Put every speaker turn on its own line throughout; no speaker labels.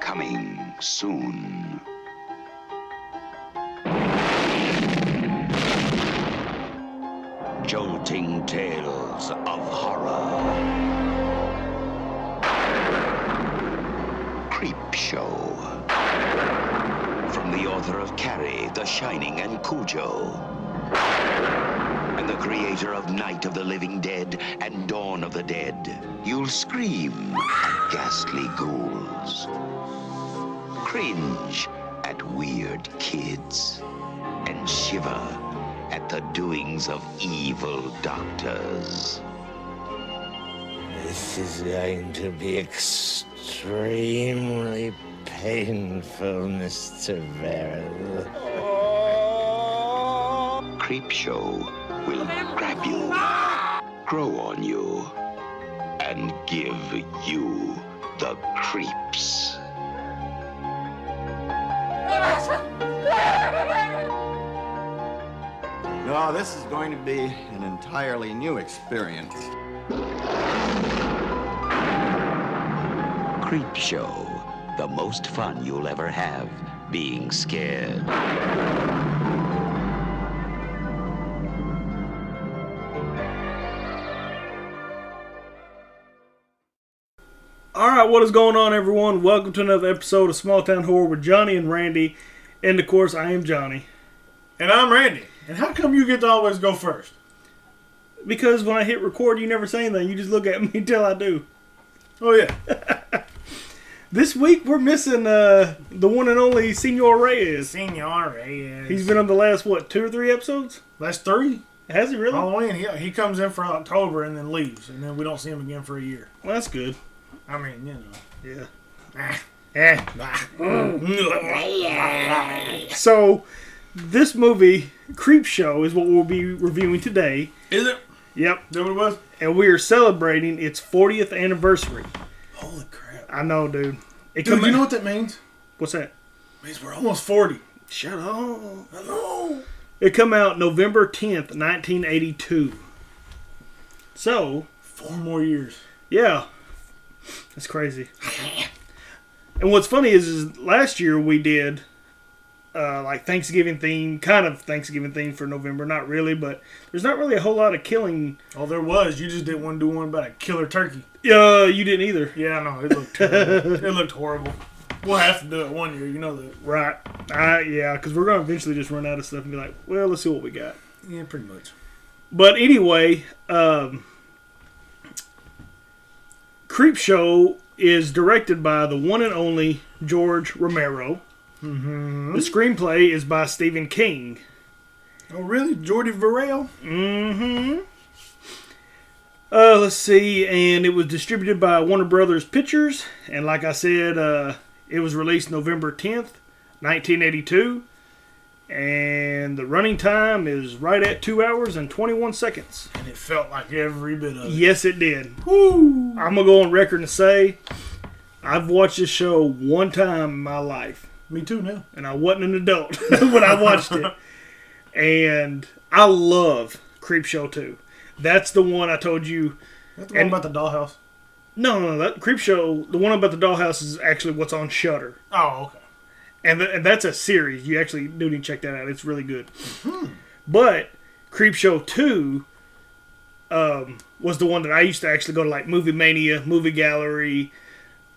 Coming soon. Jolting tales of horror. Creep Show. From the author of Carrie, The Shining, and Cujo. And the creator of Night of the Living Dead and Dawn of the Dead. You'll scream at ghastly ghouls cringe at weird kids and shiver at the doings of evil doctors.
This is going to be extremely painful, Mr. Verrill.
Creepshow will grab you, grow on you, and give you the creeps.
No, this is going to be an entirely new experience.
Creepshow, the most fun you'll ever have being scared.
All right, what is going on, everyone? Welcome to another episode of Small Town Horror with Johnny and Randy, and of course, I am Johnny
And I'm Randy. And how come you get to always go first?
because when I hit record, you never say anything. You just look at me until I do.
Oh yeah.
This week, we're missing uh, the one and only Senor Reyes.
Senor Reyes.
He's been on the last what two or three episodes?
That's three.
Has he really? Well,
Halloween. He, he comes in for October and then leaves, and then we don't see him again for a year.
that's good.
I mean, you know.
Yeah. Eh. so, this movie, Creep Show, is what we'll be reviewing today.
Is it?
Yep.
Is that what it was?
And we are celebrating its 40th anniversary.
Holy crap.
I know, dude. It come
Dude, you
out-
know what that means?
what's that?
It means we're almost forty.
Shut up.
Hello.
It come out November 10th, 1982. So,
Four more years.
yeah. That's crazy. And what's funny is, is last year we did uh, like Thanksgiving theme, kind of Thanksgiving theme for November. Not really, but there's not really a whole lot of killing.
Oh, there was. You just didn't want to do one about a killer turkey.
Uh, you didn't either.
Yeah, I know. It looked terrible. it looked horrible. We'll have to do it one year. You know that.
Right. I, yeah, because we're going to eventually just run out of stuff and be like, well, let's see what we got.
Yeah, pretty much.
But anyway, um, Creep Show is directed by the one and only George Romero. The screenplay is by Stephen King.
Oh, really? Jordy Varell?
Uh, let's see, and it was distributed by Warner Brothers Pictures. And like I said, uh, it was released November 10th, 1982. And the running time is right at two hours and 21 seconds.
And it felt like every bit of it.
Yes, it did. I'm gonna go on record and say I've watched this show one time in my life,
Me too now.
and I wasn't an adult when I watched it. And I love Creep Show 2. That's the one I told you.
That's the one
And-
about the dollhouse.
No, no, no, that Creep Show, the one about the dollhouse is actually what's on Shutter,
Oh, okay.
and, th- and that's a series. You actually do need to check that out. It's really good. But Creep Show 2 um, was the one that I used to actually go to like Movie Mania, Movie Gallery,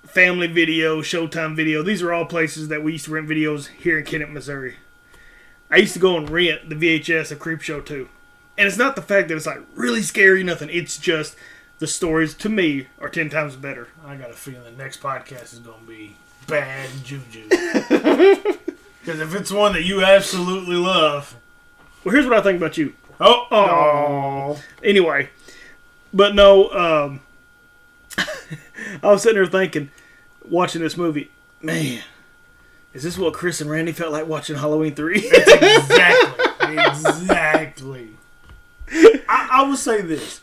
Family Video, Showtime Video. These are all places that we used to rent videos here in Kennett, Missouri. I used to go and rent the VHS of Creep Show 2. And it's not the fact that it's like really scary, nothing. It's just the stories to me are 10 times better.
I got a feeling the next podcast is going to be bad juju. Because if it's one that you absolutely love,
Well, here's what I think about you.
oh, oh,
anyway, but no, um, I was sitting there thinking, watching this movie, man, is this what Chris and Randy felt like watching Halloween 3?
exactly, exactly. I, I will say this: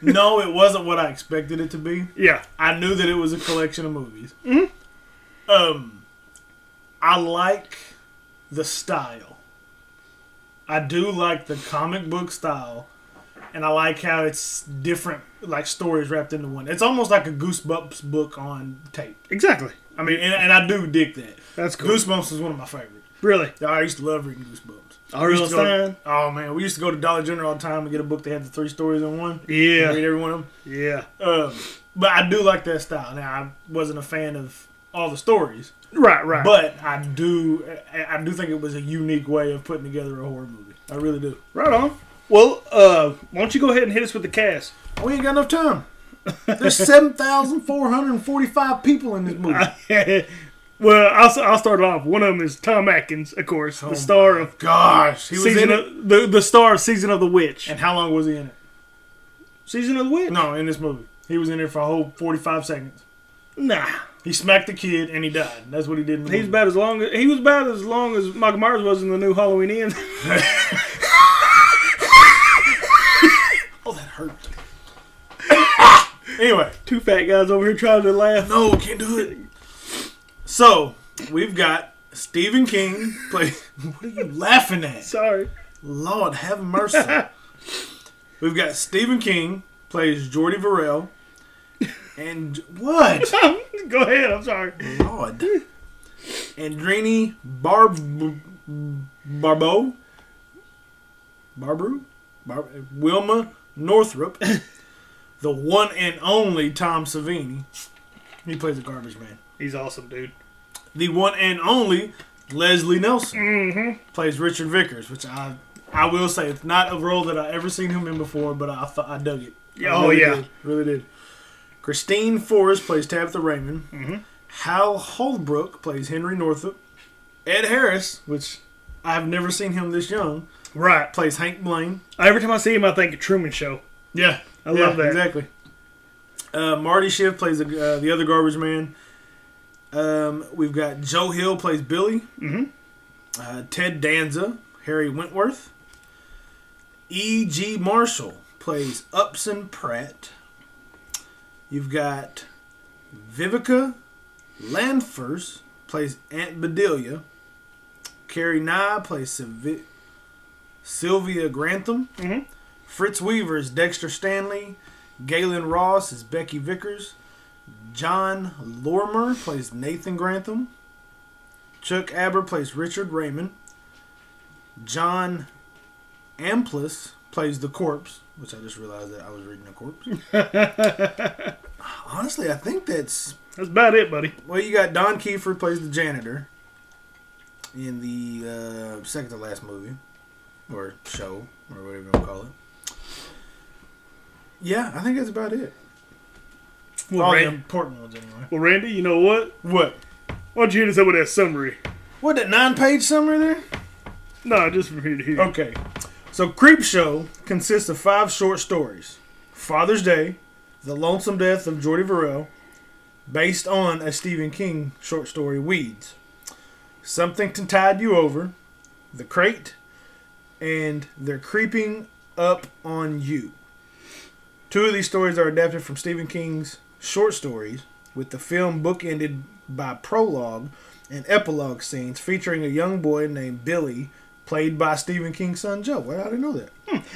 No, it wasn't what I expected it to be.
yeah.
I knew that it was a collection of movies.
Mm-hmm.
Um, I like the style. I do like the comic book style, and I like how it's different, like stories wrapped into one. It's almost like a Goosebumps book on tape.
Exactly.
I mean, and, and I do dig that.
That's cool.
Goosebumps is one of my favorites.
Really.
I used to love reading Goosebumps.
R.L.
Used to go to-
Stine?
oh man, we used to go to Dollar General all the time and get a book that had the three stories in one.
Yeah.
read every one of them.
Yeah.
Um, but I do like that style. Now I wasn't a fan of all the stories,
Right. Right.
but I do I I do think it was a unique way of putting together a horror movie. I really do.
right on. Well, uh, why don't you go ahead and hit us with the cast?
We ain't got enough time. There's seven thousand four hundred forty-five people in this movie.
well, I'll, I'll start it off. One of them is Tom Atkins, of course,
Oh
the star of
Gosh, he was
season
in it.
of, the the star of season of the witch.
And how long was he in it?
season of the witch?
No, in this movie, he was in there for a whole forty-five seconds.
Nah,
He smacked the kid and he died. That's what he did. In the
he's
movie.
about as long. As, he was about as long as Michael Myers was in the new Halloween Ends.
Oh, that hurt. anyway,
Two fat guys over here trying to laugh.
no, can't do it. So we've got Stephen King. Play. What are you laughing at?
Sorry.
Lord have mercy. we've got Stephen King plays Jordy Varell, and what?
go ahead. I'm sorry.
Lord. Andrini Barb Barbeau Barbaru Bar- Wilma Northrup, the one and only Tom Savini. He plays a garbage man.
He's awesome, dude.
The one and only Leslie Nelson
Mm-hmm.
plays Richard Vickers, which I I will say it's not a role that I ever seen him in before, but I thought I dug it. I
Oh,
really
yeah.
did. really did. Christine Forrest plays Tabitha Raymond.
Mm-hmm.
Hal Holbrook plays Henry Northup. Ed Harris, which I have never seen him this young,
Right.
plays Hank Blaine.
Every time I see him, I think of Truman Show.
Yeah, I
love that.
Exactly. Uh, Marty Schiff plays the, uh, the other garbage man. Um, we've got Joe Hill plays Billy. Mm-hmm. Uh, Ted Danza, Harry Wentworth. E.G. Marshall plays Upson Pratt. You've got Vivica Lanfers plays Aunt Bedelia. Carrie Nye plays Sylvi- Sylvia Grantham. Fritz Weaver is Dexter Stanley. Galen Ross is Becky Vickers. John Lormer plays Nathan Grantham. Chuck Aber plays Richard Raymond. John Amplis plays the corpse, which I just realized that I was reading the corpse. Honestly, I think that's
That's about it, buddy.
well. You got Don Kiefer plays the janitor in the uh, second to last movie or show or whatever you want to call it. Yeah, I think that's about it.
Well,
All the
Randy,
important ones, anyway.
well, Randy, you know what?
Oh, What?
Why don't you hit us up with that summary?
What that nine-page summary there?
No, just from here to here.
Okay. So Creep Show consists of five short stories. Father's Day, The Lonesome Death of Jordy Verrell, based on a Stephen King short story Weeds. Something to Tide You Over, The Crate, and They're Creeping Up on You. Two of these stories are adapted from Stephen King's short stories, with the film bookended by prologue and epilogue scenes featuring a young boy named Billy, played by Stephen King's son Joe. Well, I didn't know that.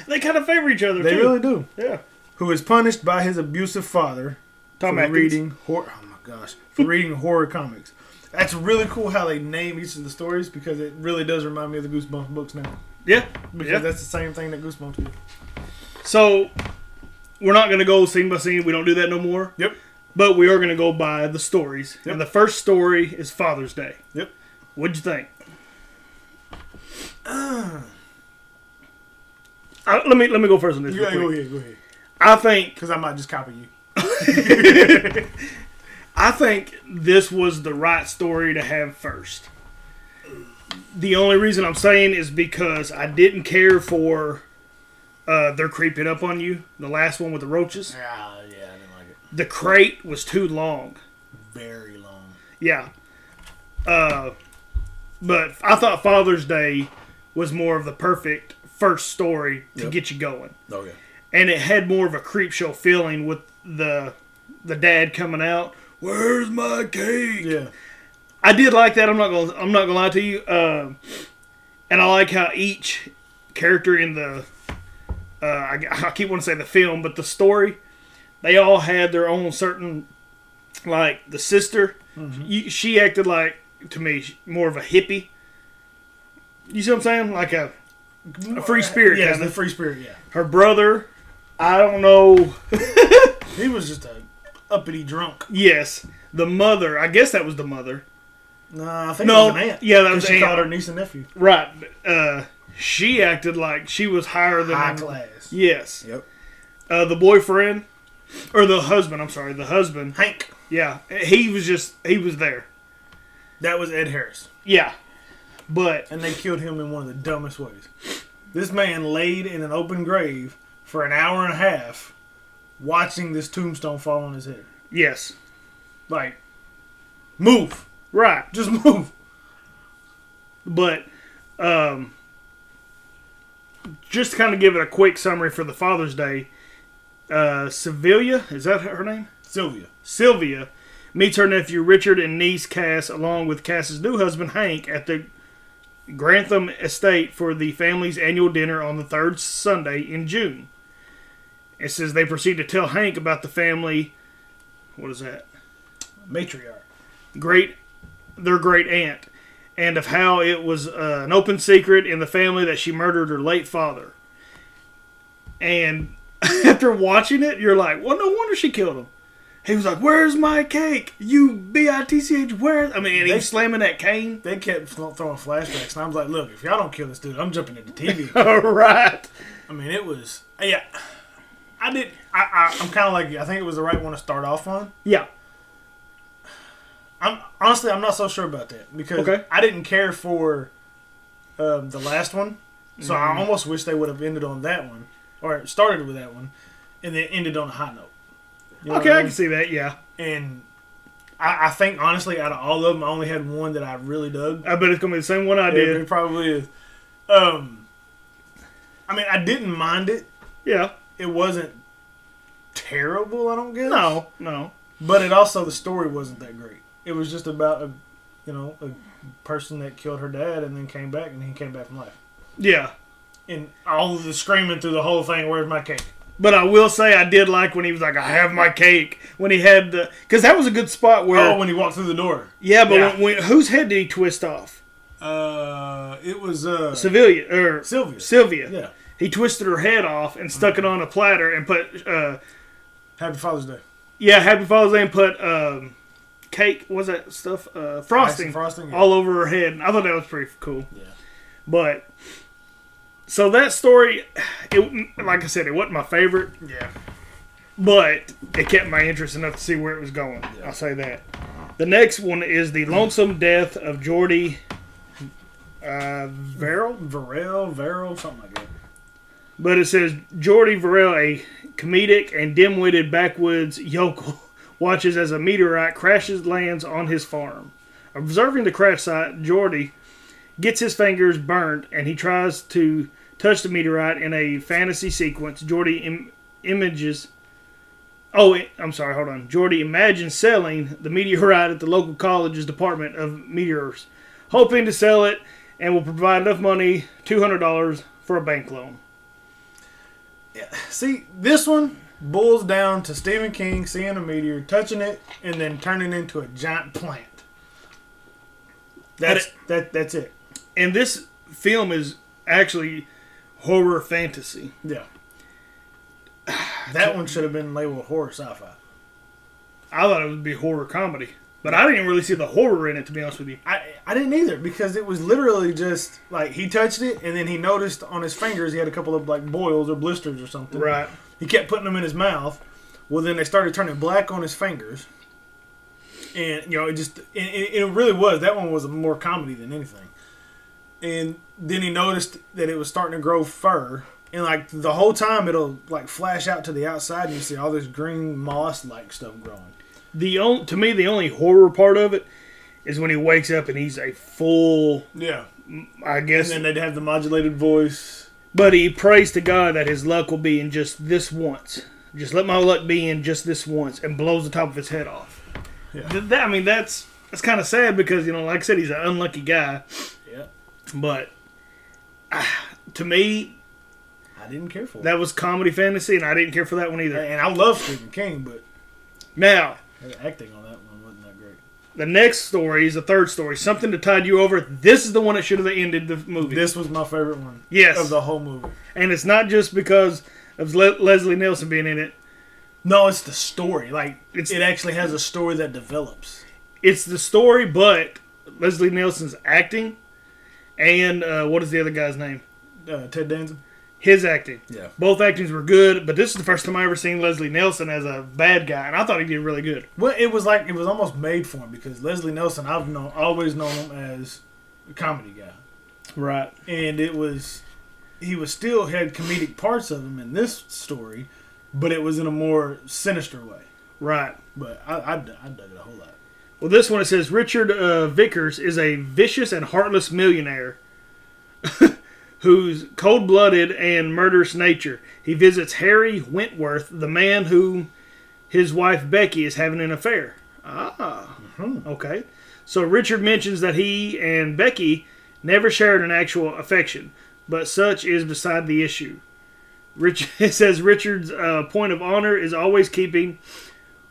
They kind of favor each other,
They
too.
really do.
Yeah.
Who is punished by his abusive father
Tom
for
Atkins.
reading horror. Oh my gosh, for reading horror comics. That's really cool how they name each of the stories because it really does remind me of the Goosebumps books now.
Yeah.
Because
yeah.
that's the same thing that Goosebumps did.
So we're not going to go scene by scene. We don't do that no more.
Yep.
But we are going to go by the stories.
Yep.
And the first story is Father's Day.
Yep.
What'd you think? I, Uh, let me let me go first on this.
You
real
gotta go
quick.
ahead, go ahead.
I think
Because I might just copy you.
I think this was the right story to have first. The only reason I'm saying is because I didn't care for uh, They're Creeping Up on You, the last one with the roaches.
Ah, yeah, I didn't like it.
The crate was too long.
Very long.
Yeah. Uh, but I thought Father's Day was more of the perfect first story to
Yep.
get you going.
Oh yeah.
and it had more of a creep show feeling with the the dad coming out. Where's my cake?
Yeah.
I did like that. I'm not gonna I'm not gonna lie uh, to you. Um, and I like how each character in the uh, I, I keep wanting to say the film, but the story, they all had their own certain, like the sister, you, she acted like to me more of a hippie. You see what I'm saying? Like a a free spirit.
Yeah,
kinda.
the free spirit. Yeah,
Her brother, I don't know.
he was just a uppity drunk.
Yes, the mother. I guess that was the mother.
Nah, I think
No,
it was an aunt.
yeah, that was
she
aunt.
called her niece and nephew.
Right. Uh, she acted like she was higher than
High class.
Yes.
Yep.
Uh, the boyfriend, or the husband. I'm sorry, the husband.
Hank.
Yeah, he was just he was there.
That was Ed Harris,
Yeah, but
and they killed him in one of the dumbest ways. This man laid in an open grave for an hour and a half, watching this tombstone fall on his head.
yes,
Like, move,
right.
just move.
But um, just to kind of give it a quick summary for the Father's Day. Uh, Sevilla is that her name?
Sylvia.
Sylvia meets her nephew Richard and niece Cass, along with Cass's new husband Hank, at the Grantham Estate for the family's annual dinner on the third Sunday in June. It says they proceed to tell Hank about the family. What is that?
matriarch.
Great, their great aunt, and of how it was uh, an open secret in the family that she murdered her late father. And after watching it, you're like, well, no wonder she killed him. He was like, "Where's my cake? You b i t c h? Where?" I mean, and he's slamming that cane.
They kept fl- throwing flashbacks, and I was like, "Look, if y'all don't kill this dude, I'm jumping into TV."
All right.
I mean, it was yeah. I did. I, I I'm kind of like you. I think it was the right one to start off on.
Yeah.
I'm honestly, I'm not so sure about that because
Okay.
I didn't care for um, the last one, so I
Mm.
almost wish they would have ended on that one or started with that one, and then ended on a high note. You know
Okay,
what
I
I
can
mean?
see that. Yeah,
And I, I think honestly, out of all of them, I only had one that I really dug.
I bet Uh, it's gonna be the same one I
It,
did.
it probably is. Um, I mean, I didn't mind it.
Yeah.
It wasn't terrible. I don't guess.
No. No.
but it also the story wasn't that great. It was just about a, you know, a person that killed her dad and then came back and he came back from life.
Yeah.
And all of the screaming through the whole thing. Where's my cake?
But I will say I did like when he was like, "I have my cake." When he had the, because that was a good spot where.
Oh, when he walked through the door.
yeah, but
yeah.
When, when, whose head did he twist off?
Uh, it was uh
Sevilla or
Sylvia.
Sylvia.
Yeah. Mm-hmm.
He twisted her head off and stuck it on a platter and put, uh,
Happy Father's Day.
yeah, Happy Father's Day and put um, cake. what Was that stuff uh, frosting?
frosting, yeah.
all over her head. And I thought that was pretty cool. Yeah. But so that story, it like I said, it wasn't my favorite.
Yeah.
but it kept my interest enough to see where it was going. I'll say that. The next one is the lonesome death of Jordy uh, Verrill,
Varel, Varel, something like that.
but it says Jordy Verrill, a comedic and dim-witted backwoods yokel, watches as a meteorite crashes lands on his farm. Observing the crash site, Jordy gets his fingers burnt and he tries to touch the meteorite in a fantasy sequence. Jordy Im- images. Oh, i- I'm sorry, hold on. Jordy imagines selling the meteorite at the local college's Department of Meteors, hoping to sell it and will provide enough money $200 for a bank loan.
See, this one boils down to Stephen King seeing a meteor, touching it, and then turning into a giant plant. That's that. That's it.
And this film is actually horror fantasy.
Yeah. That one should have been labeled horror sci-fi.
I thought it would be horror comedy, but I didn't really see the horror in it, to be honest with you.
I I didn't either because it was literally just like he touched it and then he noticed on his fingers he had a couple of like boils or blisters or something.
Right.
He kept putting them in his mouth. Well, then they started turning black on his fingers, and you know it just and it, it really was that one was more comedy than anything. And then he noticed that it was starting to grow fur, and like the whole time it'll like flash out to the outside and you see all this green moss like stuff growing.
The on, to me, the only horror part of it is when he wakes up and he's a full,
Yeah,
I guess,
and then they'd have the modulated voice.
But he prays to God that his luck will be in just this once. Just let my luck be in just this once, and blows the top of his head off.
Yeah.
Th- that- I mean, that's that's kind of sad because you know, like I said, he's an unlucky guy.
Yeah.
But ah, to me,
I didn't care for it.
That was comedy fantasy, and I didn't care for that one either.
And I love Stephen King, but
Now,
the acting on that one wasn't that great.
the next story is the third story. Something to tide you over. This is the one that should have ended the movie.
This was my favorite one.
Yes.
Of the whole movie.
and it's not just because of Le- Leslie Nielsen being in it.
No, it's the story. Like
It's-
it actually has a story that develops.
It's the story, but Leslie Nielsen's acting, and uh, what is the other guy's name?
Uh, Ted Danson.
His acting.
Yeah.
Both actings were good, but this is the first time I ever seen Leslie Nielsen as a bad guy, and I thought he did really good.
Well, it was like it was almost made for him because Leslie Nelson, I've known always known him as a comedy guy,
Right.
and it was he was still had comedic parts of him in this story, but it was in a more sinister way.
Right.
But I, I, I dug it a whole lot.
Well, this one it says Richard uh, Vickers is a vicious and heartless millionaire who's cold blooded and murderous nature. He visits Harry Wentworth, the man who his wife Becky is having an affair. Ah, okay. So Richard mentions that he and Becky never shared an actual affection, but such is beside the issue. Rich, it says Richard's uh, point of honor is always keeping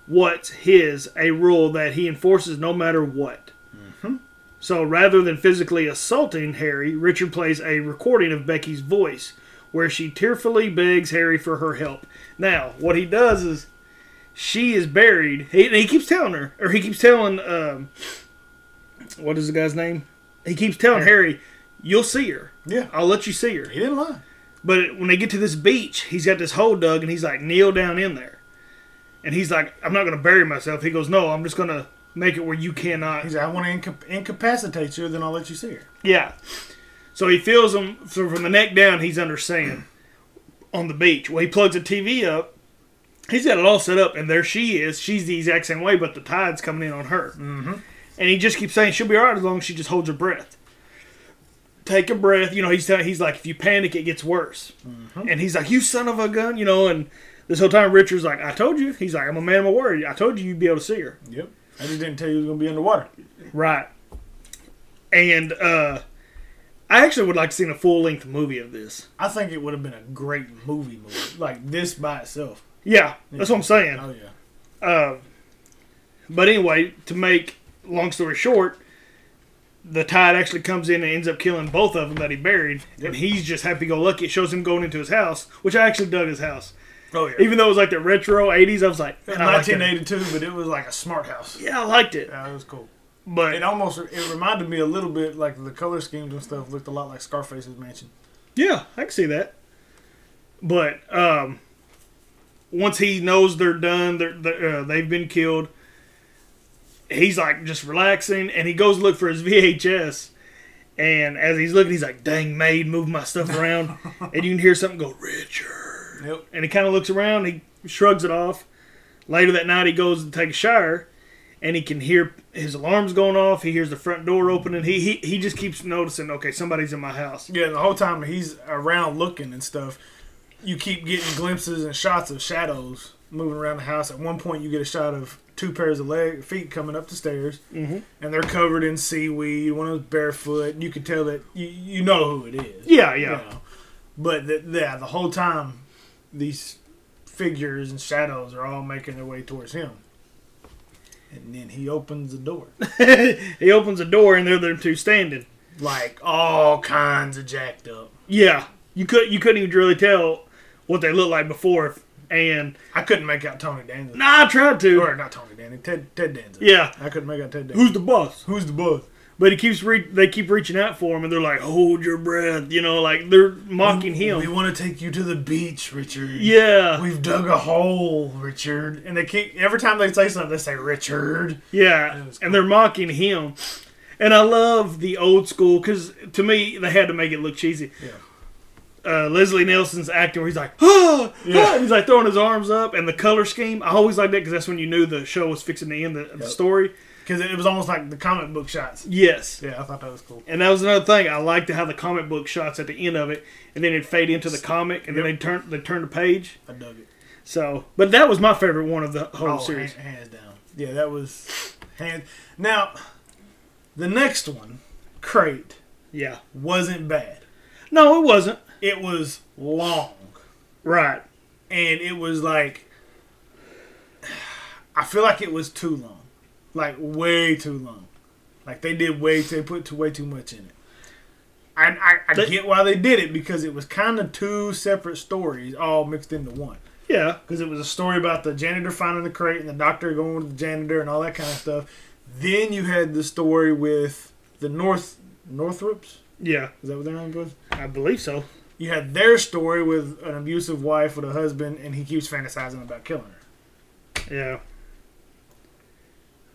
what's his a rule that he enforces no matter what. So rather than physically assaulting Harry, Richard plays a recording of Becky's voice where she tearfully begs Harry for her help. Now, what he does is she is buried. He, and he keeps telling her, or he keeps telling, um, what is the guy's name? He keeps telling Harry, You'll see her.
Yeah.
I'll let you see her.
He didn't lie.
But when they get to this beach, he's got this hole dug and he's like, kneel down in there. And he's like, I'm not going to bury myself. He goes, no, I'm just going to make it where you cannot.
He said, "I want to inca- incapacitate you, then I'll let you see her."
Yeah. So he feels him so from the neck down. He's under sand on the beach. Well, he plugs a TV up. He's got it all set up, and there she is. She's the exact same way, but the tide's coming in on her. Mm-hmm. And he just keeps saying she'll be all right as long as she just holds her breath. Take a breath. You know, he's telling, he's like, if you panic, it gets worse. And he's like, you son of a gun, you know. And this whole time, Richard's like, I told you. He's like, I'm a man of my word. I told you you'd be able to see her.
Yep. I just didn't tell you he was gonna be underwater.
Right. And uh I actually would like to see a full length movie of this.
I think it would have been a great movie movie, like this by itself.
Yeah, that's what I'm saying.
Oh yeah.
But anyway, to make long story short, the tide actually comes in and ends up killing both of them that he buried, and he's just happy go lucky. It shows him going into his house, which I actually dug his house,
Oh yeah.
even though it was like the retro '80s. I was like, man, I liked it.
1982, but it was like a smart house.
Yeah, I liked it,
Yeah, it was cool. It
but
almost it reminded me a little bit like the color schemes and stuff looked a lot like Scarface's mansion.
yeah, I can see that. But um, once he knows they're done, they're, they're, uh, they've been killed. He's like just relaxing, and he goes look for his VHS. And as he's looking, he's like, "Dang, maid, move my stuff around," and you can hear something go, "Richard."
Yep.
And he kind of looks around. He shrugs it off. Later that night, he goes to take a shower, and he can hear his alarms going off. He hears the front door opening. He he, he just keeps noticing. Okay, somebody's in my house.
Yeah, the whole time he's around looking and stuff, you keep getting glimpses and shots of shadows moving around the house. At one point, you get a shot of two pairs of leg feet coming up the stairs, mm-hmm. and they're covered in seaweed. One of them's barefoot. You can tell that you, you know who it is.
Yeah,
you
yeah.
know. But the, yeah, the whole time, these figures and shadows are all making their way towards him. And then he opens the door.
he opens the door, and they're there two standing.
like, all kinds of jacked up.
Yeah, you could you couldn't even really tell what they looked like before. And
I couldn't make out Tony Danza.
nah, I tried to.
Or not Tony Danza, Ted, Ted Danza.
Yeah.
I couldn't make out Ted Danza.
Who's the boss?
Who's the boss?
But he keeps re- they keep reaching out for him, and they're like, "Hold your breath," you know, like they're mocking
We
him.
want to take you to the beach, Richard.
Yeah,
We've dug a hole, Richard. And they keep, every time they say something, they say, Richard.
Yeah,
was
and they're mocking him. And I love the old school because to me they had to make it look cheesy. Uh, Leslie Nielsen's acting where he's like, ah, ah," he's like throwing his arms up, and the color scheme. I always liked that because that's when you knew the show was fixing to end the, the story.
Because it was almost like the comic book shots.
Yes,
Yeah, I thought that was cool.
and that was another thing I liked how the comic book shots at the end of it, and then it would fade into the comic, and then they turn they turn the page.
I dug it.
So, but that was my favorite one of the whole
Oh,
series.
han- hands down. Yeah, that was hands. Now, the next one, Crate,
Yeah,
wasn't bad.
no, it wasn't.
it was long,
Right.
and it was like I feel like it was too long, like way too long. Like they did way they put too, way too much in it. I I, I
They-
get why they did it because it was kind of two separate stories all mixed into one.
Yeah.
because it was a story about the janitor finding the crate and the doctor going with the janitor and all that kind of stuff. Then you had the story with the North Northrops.
Yeah.
Is that what their name was?
I believe so.
You had their story with an abusive wife with a husband, and he keeps fantasizing about killing her.
Yeah.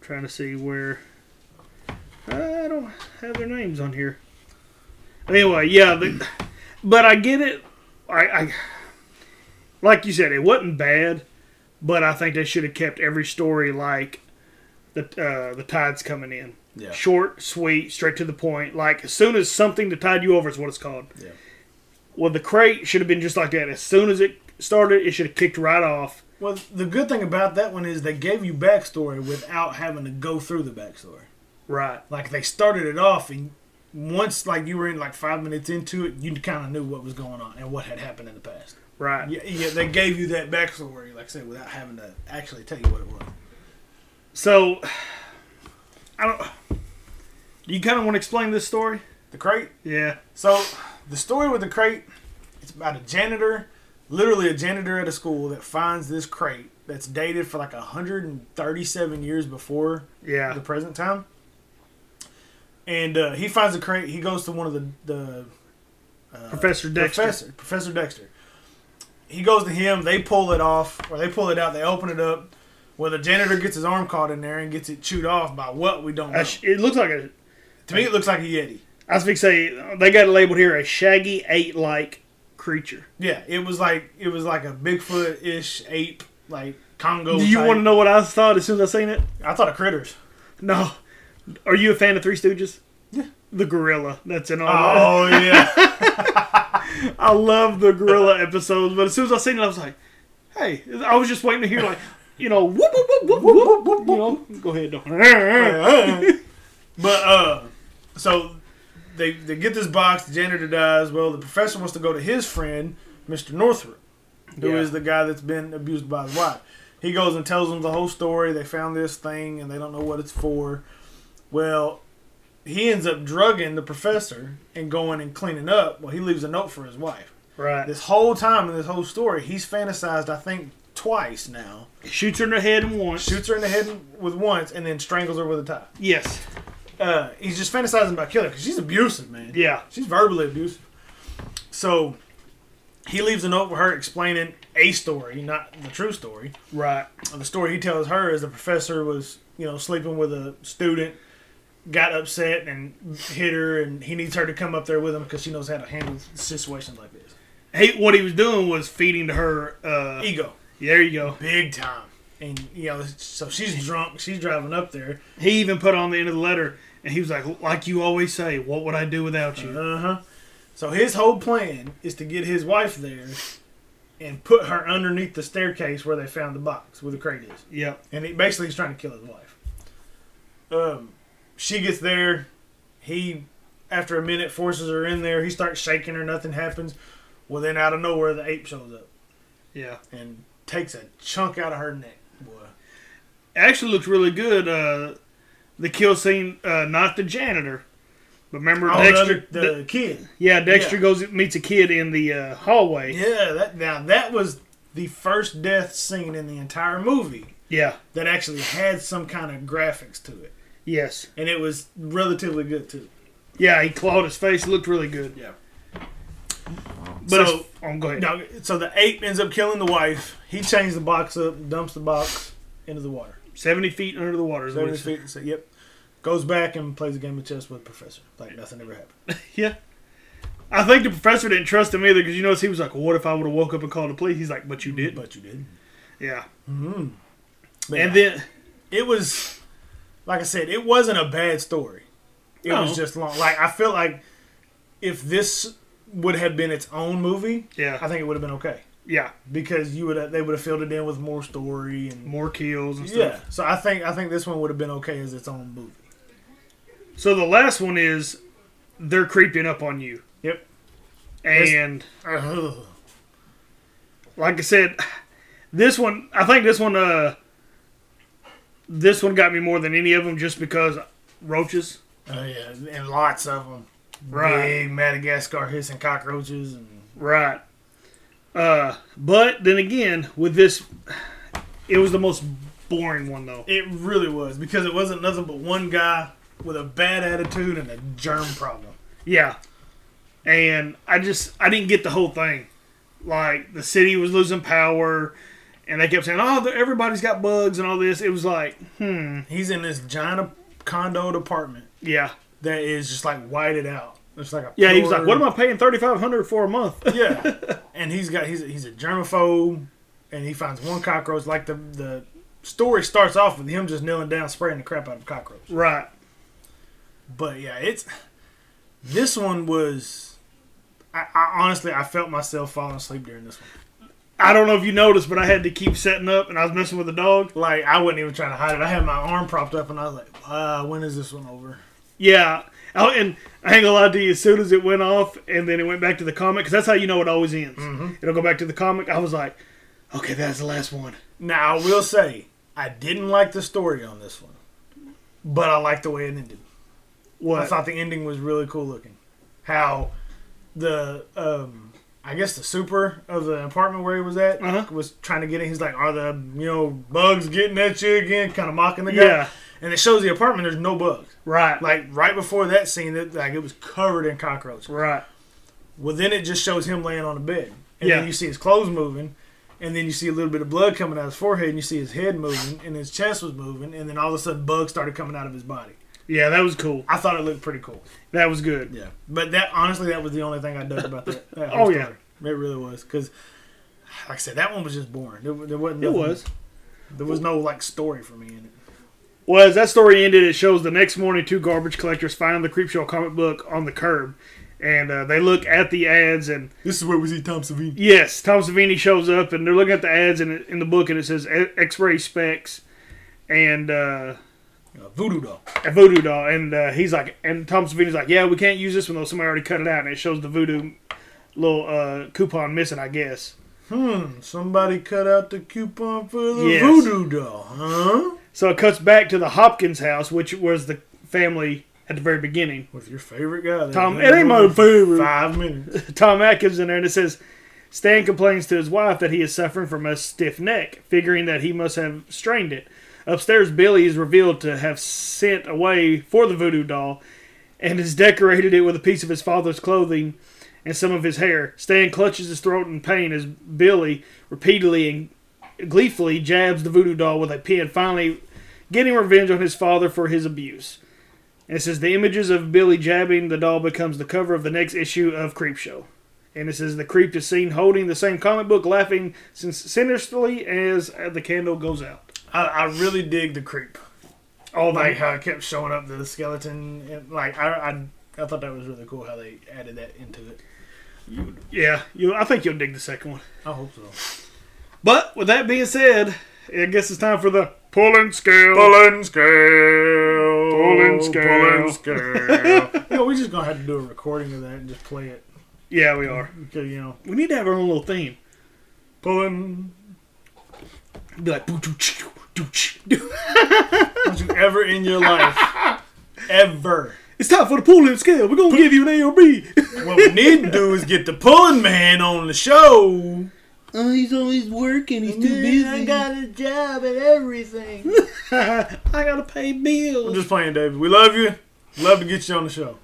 Trying to see where. I don't have their names on here. Anyway, yeah, the, but I get it. I, I like you said, it wasn't bad, but I think they should have kept every story like the uh, the tide's coming in.
Yeah.
Short, sweet, straight to the point. Like as soon as something to tide you over is what it's called.
Yeah.
Well, the crate should have been just like that. As soon as it started, it should have kicked right off.
Well, the good thing about that one is they gave you backstory without having to go through the backstory.
Right.
Like they started it off, and once like you were in like five minutes into it, you kind of knew what was going on and what had happened in the past.
Right.
Yeah, yeah, they gave you that backstory, like I said, without having to actually tell you what it was.
So, I don't. Do you kind of want to explain this story?
The crate.
Yeah.
So, the story with the crate, it's about a janitor, literally a janitor at a school that finds this crate that's dated for like 137 years before
Yeah.
the present time. And uh, he finds the crate. He goes to one of the, the
Professor Dexter.
Professor, Professor Dexter. He goes to him. They pull it off, or they pull it out. They open it up. Well, the janitor gets his arm caught in there and gets it chewed off by what we don't know.
A sh- it looks like a.
to me, it looks like a yeti.
I was going to say they got it labeled here a shaggy ape-like creature.
Yeah, it was like it was like a Bigfoot ish ape, like Congo.
Do you want to know what I thought as soon as I seen it?
I thought of critters.
No. Are you a fan of Three Stooges? Yeah. The gorilla. That's in all.
Oh yeah,
I love the gorilla episodes, but as soon as I seen it, I was like, "Hey!" I was just waiting to hear like, you know, whoop whoop whoop whoop whoop whoop. whoop, You know, go ahead, Don.
but uh, so they they get this box. The janitor dies. Well, the professor wants to go to his friend, Mister Northrup. Who is
Yeah.
the guy that's been abused by his wife. He goes and tells them the whole story. They found this thing and they don't know what it's for. Well, he ends up drugging the professor and going and cleaning up. Well, he leaves a note for his wife.
Right.
This whole time in this whole story, he's fantasized, I think, twice now.
Shoots her in the head and once.
Shoots her in the head with once and then strangles her with a tie.
Yes.
Uh, he's just fantasizing about killing her because she's abusive, man.
Yeah.
She's verbally abusive. So he leaves a note for her explaining a story, not the true story.
Right.
And the story he tells her is the professor was, you know, sleeping with a student, got upset and hit her, and he needs her to come up there with him because she knows how to handle situations like this.
He, what he was doing was feeding to her. Uh,
Ego,
there you go.
big time. And, you know, so she's drunk, she's driving up there.
He even put on the end of the letter, and he was like, "Like you always say, what would I do without you?"
Uh huh. So his whole plan is to get his wife there and put her underneath the staircase where they found the box where the crate is.
Yep.
and he basically he's trying to kill his wife. Um, she gets there. He, after a minute, forces her in there. He starts shaking her. Nothing happens. Well, then out of nowhere, the ape shows up
Yeah.
and takes a chunk out of her neck. Boy,
Actually, looked really good. Uh, the kill scene, uh, not the janitor, but remember
oh, the,
Dexter.
other- the,
De-
kid.
yeah, Dexter
yeah.
goes and meets a kid in the uh, hallway. Yeah.
Yeah, that now that was the first death scene in the entire movie that actually had some kind of graphics to it,
Yes.
and it was relatively good too.
Yeah, he clawed his face. Looked really good.
Yeah.
But Oh,
So-
so, I'm going.
No, so the ape ends up killing the wife. He chains the box up, dumps the box into the water.
Seventy feet under the water. Is what
Seven
it
feet. So, yep. Goes back and plays a game of chess with the professor. Like nothing ever happened.
Yeah. I think the professor didn't trust him either because you notice he was like, well, "What if I would have woke up and called the police?" He's like, "But you did."
But you did.
Yeah.
But
And
yeah,
then
it was, like I said, it wasn't a bad story. It
No.
was just long. Like I feel like if this would have been its own movie,
Yeah.
I think it would have been okay
yeah,
because you would have, they would have filled it in with more story and
more kills and stuff.
yeah. So I think I think this one would have been okay as its own movie.
So the last one is they're creeping up on you.
Yep.
And
Uh,
ugh. like I said, this one I think this one uh this one got me more than any of them just because roaches.
Oh yeah, and lots of them.
Right.
Big Madagascar hissing cockroaches and
Right. Uh but then again, with this it was the most boring one though.
it really was because it wasn't nothing but one guy with a bad attitude and a germ problem.
Yeah. And I just I didn't get the whole thing. Like the city was losing power and they kept saying, "Oh, the- everybody's got bugs and all this." It was like,
He's in this giant condo apartment
yeah.
that is just like whited out. It's like a
Yeah, he was like,
pure-
"What am I paying thirty five hundred for a month?"
yeah, and he's got he's a, he's a germaphobe, and he finds one cockroach. Like the the story starts off with him just kneeling down, spraying the crap out of cockroach.
right.
But yeah, it's this one was. I, I honestly, I felt myself falling asleep during this one.
I don't know if you noticed, but I had to keep setting up, and I was messing with the dog.
Like I wasn't even trying to hide it. I had my arm propped up, and I was like, uh, "When is this one over?"
Yeah. Oh, and I ain't gonna lie to you. As soon as it went off, and then it went back to the comic, because that's how you know it always ends.
Mm-hmm.
It'll go back to the comic. I was like, "Okay, that's the last one."
Now I will say I didn't like the story on this one, but I liked the way it ended. I
What?
thought the ending was really cool looking. How the um I guess the super of the apartment where he was at
Uh-huh.
was trying to get in. He's like, "Are the you know bugs getting at you again?" Kind of mocking the guy.
Yeah.
And it shows the apartment. There's no bugs.
right. Like.
Like right before that scene, it, like it was covered in cockroaches.
Right.
Well, then it just shows him laying on the bed, and
Yeah.
then you see his clothes moving, and then you see a little bit of blood coming out of his forehead, and you see his head moving, and his chest was moving, and then all of a sudden bugs started coming out of his body.
Yeah, that was cool.
I thought it looked pretty cool.
That was good.
Yeah, but that honestly, that was the only thing I dug about that. that
Oh,
whole
yeah.
story. it really was because, like I said, that one was just boring. There, there wasn't.
It
nothing-
was.
There was no like story for me in it.
Well, as that story ended, it shows the next morning two garbage collectors find the Creepshow comic book on the curb, and uh, they look at the ads and
This is where we see Tom Savini.
Yes, Tom Savini shows up, and they're looking at the ads in, in the book, and it says "E- X-ray specs and uh,
Uh, voodoo doll.
a voodoo doll. And uh, he's like, and Tom Savini's like, yeah, we can't use this one though. Somebody already cut it out, and it shows the voodoo little uh, coupon missing, I guess.
Somebody cut out the coupon for the
Yes.
voodoo doll, huh?
So it cuts back to the Hopkins house, which was the family at the very beginning.
With your favorite guy, there.
Tom, it ain't my favorite.
Five minutes.
Tom Atkins in there, and it says Stan complains to his wife that he is suffering from a stiff neck, figuring that he must have strained it. Upstairs, Billy is revealed to have sent away for the voodoo doll and has decorated it with a piece of his father's clothing and some of his hair. Stan clutches his throat in pain as Billy repeatedly and gleefully jabs the voodoo doll with a pin, finally getting revenge on his father for his abuse. And it says the images of Billy jabbing the doll becomes the cover of the next issue of Creepshow. And it says the creep is seen holding the same comic book, laughing sin- sinisterly as uh, the candle goes out.
I, I really dig the creep.
All
Like
the
how it kept showing up the skeleton. And, like I, I, I thought that was really cool how they added that into it.
yeah, you. I think you'll dig the second one.
I hope so.
But with that being said, I guess it's time for the pulling scale.
Pulling scale.
Pulling scale.
you know, we just gonna have to do a recording of that and just play it.
Yeah, we are.
Because you know,
We need to have our own little theme.
pulling.
Be like, "Boo, doo, chee, doo, chee, doo."
Don't you ever in your life, ever.
it's time for the pulling scale. We're gonna give you an A or B.
What we need to do is get the pulling man on the show.
Oh, he's always working. He's too busy.
a job and everything.
I gotta pay
I'm
bills.
just playing, David. We love you. Love to get you on the show.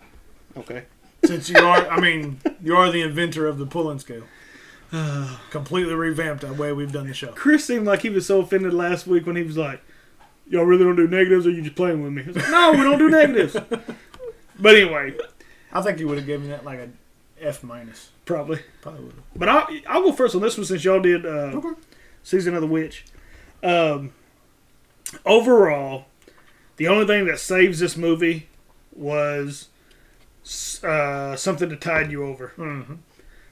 Okay.
Since you are, I mean, you are the inventor of the pulling scale. Completely revamped the way we've done the show.
Chris seemed like he was so offended last week when he was like, "Y'all really don't do negatives, or you just playing with me?" I was like, no, we don't do negatives. but anyway,
I think you would have given that like a F minus.
probably.
Probably would have.
But I'll I'll go first on this one since y'all did uh, season of the witch. Um, overall, the only thing that saves this movie was s- uh, something to tide you over. Mm-hmm.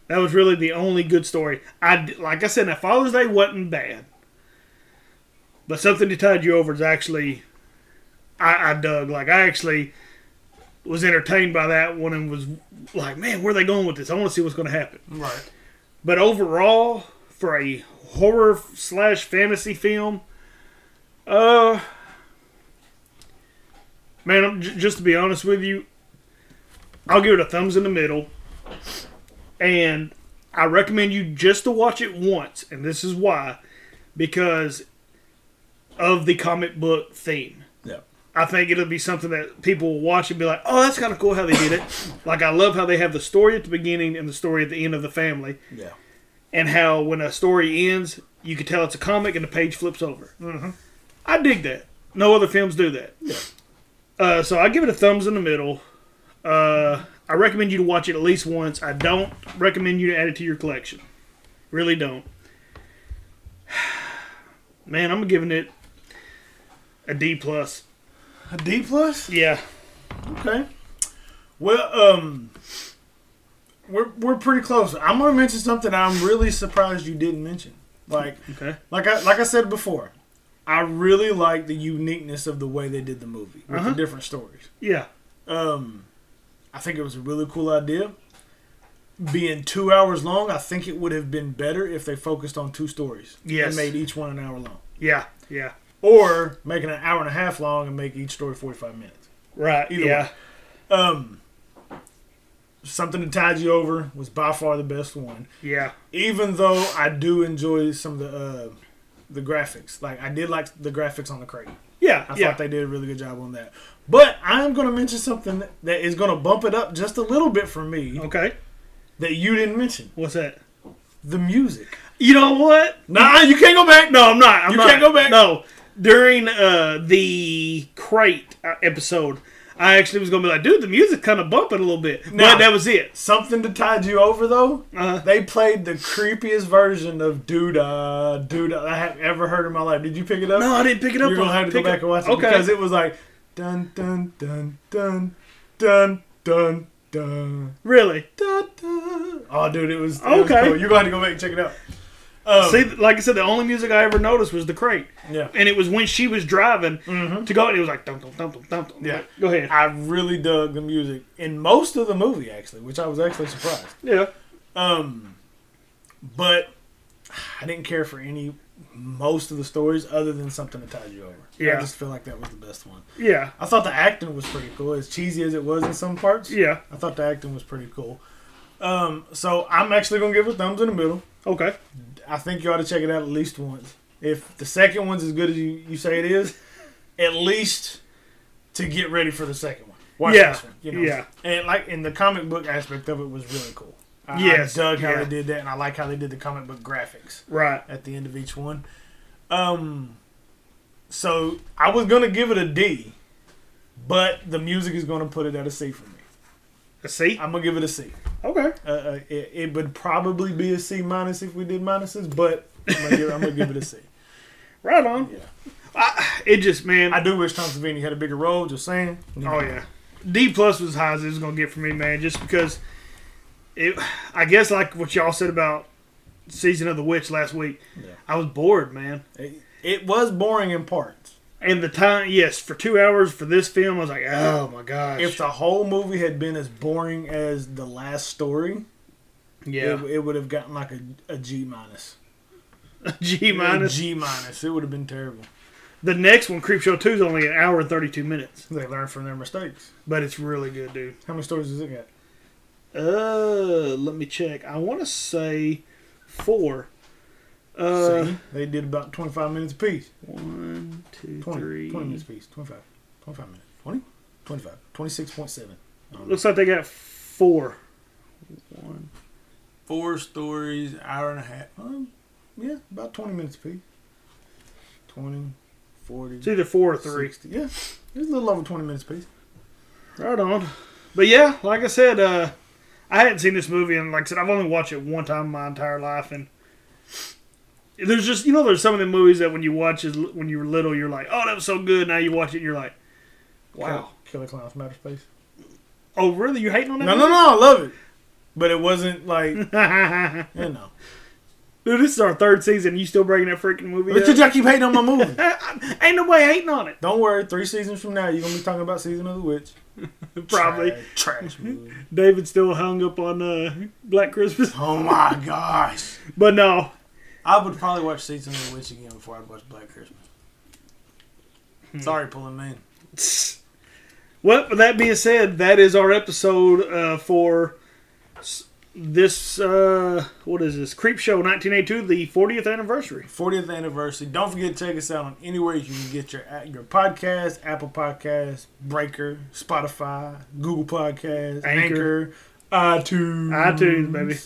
That was really the only good story. I d- like I said, now Father's Day wasn't bad, but something to tide you over is actually I, I dug. Like I actually was entertained by that one and was like, man, where are they going with this? I want to see what's going to happen.
Right.
But overall, for a horror slash fantasy film, uh, man, I'm, j- just to be honest with you, I'll give it a thumbs in the middle, and I recommend you just to watch it once, and this is why, because of the comic book theme.
Yeah.
I think it'll be something that people will watch and be like, "Oh, that's kind of cool how they did it." like I love how they have the story at the beginning and the story at the end of the family
Yeah.
and how when a story ends, you can tell it's a comic and the page flips over.
Mm-hmm.
I dig that. No other films do that. Uh, so I give it a thumbs in the middle. Uh, I recommend you to watch it at least once. I don't recommend you to add it to your collection. Really don't. Man, I'm giving it a D plus.
A D plus.
Yeah,
Okay. Well, um, we're we're pretty close. I'm gonna mention something I'm really surprised you didn't mention. Like,
Okay.
like I like I said before, I really like the uniqueness of the way they did the movie with
Uh-huh.
the different stories.
yeah.
Um, I think it was a really cool idea. Being two hours long, I think it would have been better if they focused on two stories.
Yes.
And made each one an hour long.
Yeah, yeah.
Or making an hour and a half long and make each story 45 minutes.
Right.
Either
yeah.
way. Um, Something that tied you over was by far the best one.
Yeah.
Even though I do enjoy some of the uh, the graphics, like I did like the graphics on the crate.
Yeah.
I
yeah.
thought they did a really good job on that. But I am going to mention something that- that is going to bump it up just a little bit for me
okay.
that you didn't mention
What's that?
the music.
You know what?
Nah, you can't go back.
No, I'm not. I'm
You
not.
can't go back?
No, during uh, the crate uh, episode, I actually was gonna be like, dude, the music kind of bumping a little bit,
Nah.
but that was it.
Something that tied you over though.
Uh,
They played the creepiest version of Duda Duda I have ever heard in my life. Did you pick it up?
no, I didn't pick it up.
You're gonna
on-
have to go
pick up-
back and watch it
Okay.
because it was like dun dun dun dun dun dun dun
really?
dun dun. Oh, dude, it was it Was
Okay.
cool. You're gonna have to go back and check it out. Um,
See, like I said, the only music I ever noticed was the crate,
yeah.
and it was when she was driving to go, and it was like dum dum dum dum dum. dum.
Mm-hmm. Yeah.
go ahead.
I really dug the music in most of the movie, actually, which I was actually surprised.
yeah,
Um, but I didn't care for any most of the stories other than something that tied you over.
Yeah.
I just feel like that was the best one.
yeah,
I thought the acting was pretty cool, as cheesy as it was in some parts.
yeah.
I thought the acting was pretty cool. Um, so I'm actually gonna give it thumbs in the middle.
Okay.
I think you ought to check it out at least once. If the second one's as good as you, you say it is, at least to get ready for the second one. Watch
Yeah,
this one. You know?
yeah.
And like in the comic book aspect of it was really cool. I, I
Yes,
dug how
yeah.
they did that, and I like how they did the comic book graphics
Right.
at the end of each one. Um, so I was gonna give it a D, but the music is gonna put it at a C for me.
See.
I'm gonna give it a C.
Okay.
Uh, uh, it, it would probably be a C minus if we did minuses, but I'm gonna give, I'm gonna give it a C.
Right on.
Yeah.
I, it just man.
I do wish Tom Savini had a bigger role. Just saying.
Oh yeah, D plus was as high as it was gonna get for me, man. Just because it, I guess like what y'all said about season of the witch last week.
Yeah.
I was bored, man.
It, it was boring in parts.
And the time, yes, for two hours for this film, I was like, oh my gosh,
If the whole movie had been as boring as the last story,
yeah,
it, it would have gotten like a, a G minus.
G minus.
A G minus. It would have been terrible.
The next one, Creepshow Two, is only an hour and thirty two minutes,
They learn from their mistakes.
but it's really good, dude.
How many stories does it got?
Uh, let me check. I want to say four. Uh,
See, they did about 25 minutes apiece.
one, two,
20,
three.
20 minutes apiece. 25. 25 minutes. 20? 25. 26.7.
Looks like they got four.
Four stories, hour and a half. Um, yeah, about 20 minutes apiece. 20, 40,
It's either four or three.
60. Yeah, it's a little over 20 minutes apiece.
Right on. But yeah, like I said, uh, I hadn't seen this movie, and like I said, I've only watched it one time in my entire life, and there's just you know there's some of the movies that when you watch is when you were little you're like oh that was so good now you watch it and you're like wow
Killer, Killer Clowns from Outer Space.
oh really you hating on that
No, no, no, I love it. But it wasn't like, you know.
Dude, this is our third season. You still bringing that freaking movie?
But
Up?
you keep hating on my movie.
Ain't nobody hating on it.
Don't worry, three seasons from now, you're going to be talking about Season of the Witch.
Probably.
Trash, trash movie.
David's still hung up on uh, Black Christmas.
Oh my gosh.
But no,
I would probably watch Season of the Witch again before I'd watch Black Christmas.
Hmm.
Sorry, pulling man.
Well, with that being said, that is our episode uh, for s- this. Uh, what is this? Creep Show 1982, the 40th anniversary.
40th anniversary. Don't forget to check us out on anywhere you can get your your podcast, Apple Podcasts, Breaker, Spotify, Google Podcasts,
Anchor.
Anchor, iTunes.
iTunes, baby.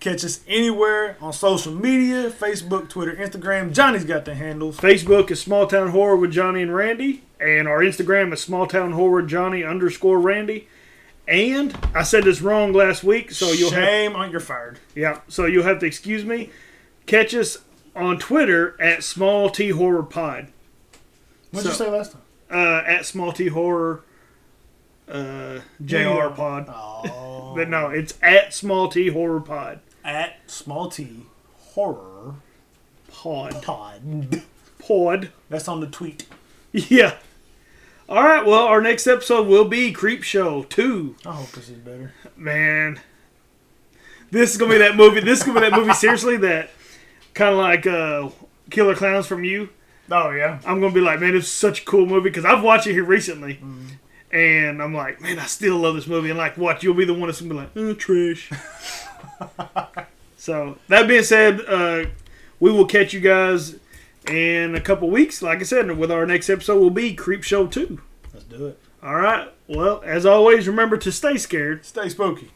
Catch us anywhere on social media, Facebook, Twitter, Instagram. Johnny's got the handles.
Facebook is Small Town Horror with Johnny and Randy, and our Instagram is Small Town Horror Johnny underscore Randy. And I said this wrong last week, so you'll have
Shame on you're fired.
yeah, so you'll have to excuse me. Catch us on Twitter at Small T Horror Pod.
What did
So-
you say last time?
uh, at Small T Horror uh, JR
Yeah.
Pod.
Oh,
But no, it's at Small T Horror Pod.
at small t horror
Pod.
pod.
Pod.
That's on the tweet.
Yeah. All right. Well, our next episode will be Creep Show Two.
I hope this is better.
Man, this is gonna be that movie. This is gonna be that movie. Seriously, that kind of like uh, Killer Clowns from You.
Oh yeah.
I'm gonna be like, man, it's such a cool movie because I've watched it here recently, and I'm like, man, I still love this movie. And like, watch, you'll be the one that's gonna be like, oh, Trish. so that being said, uh, we will catch you guys in a couple weeks. Like I said, with our next episode will be Creep Show Two.
Let's do it.
All right. Well, as always, remember to stay scared.
Stay spooky.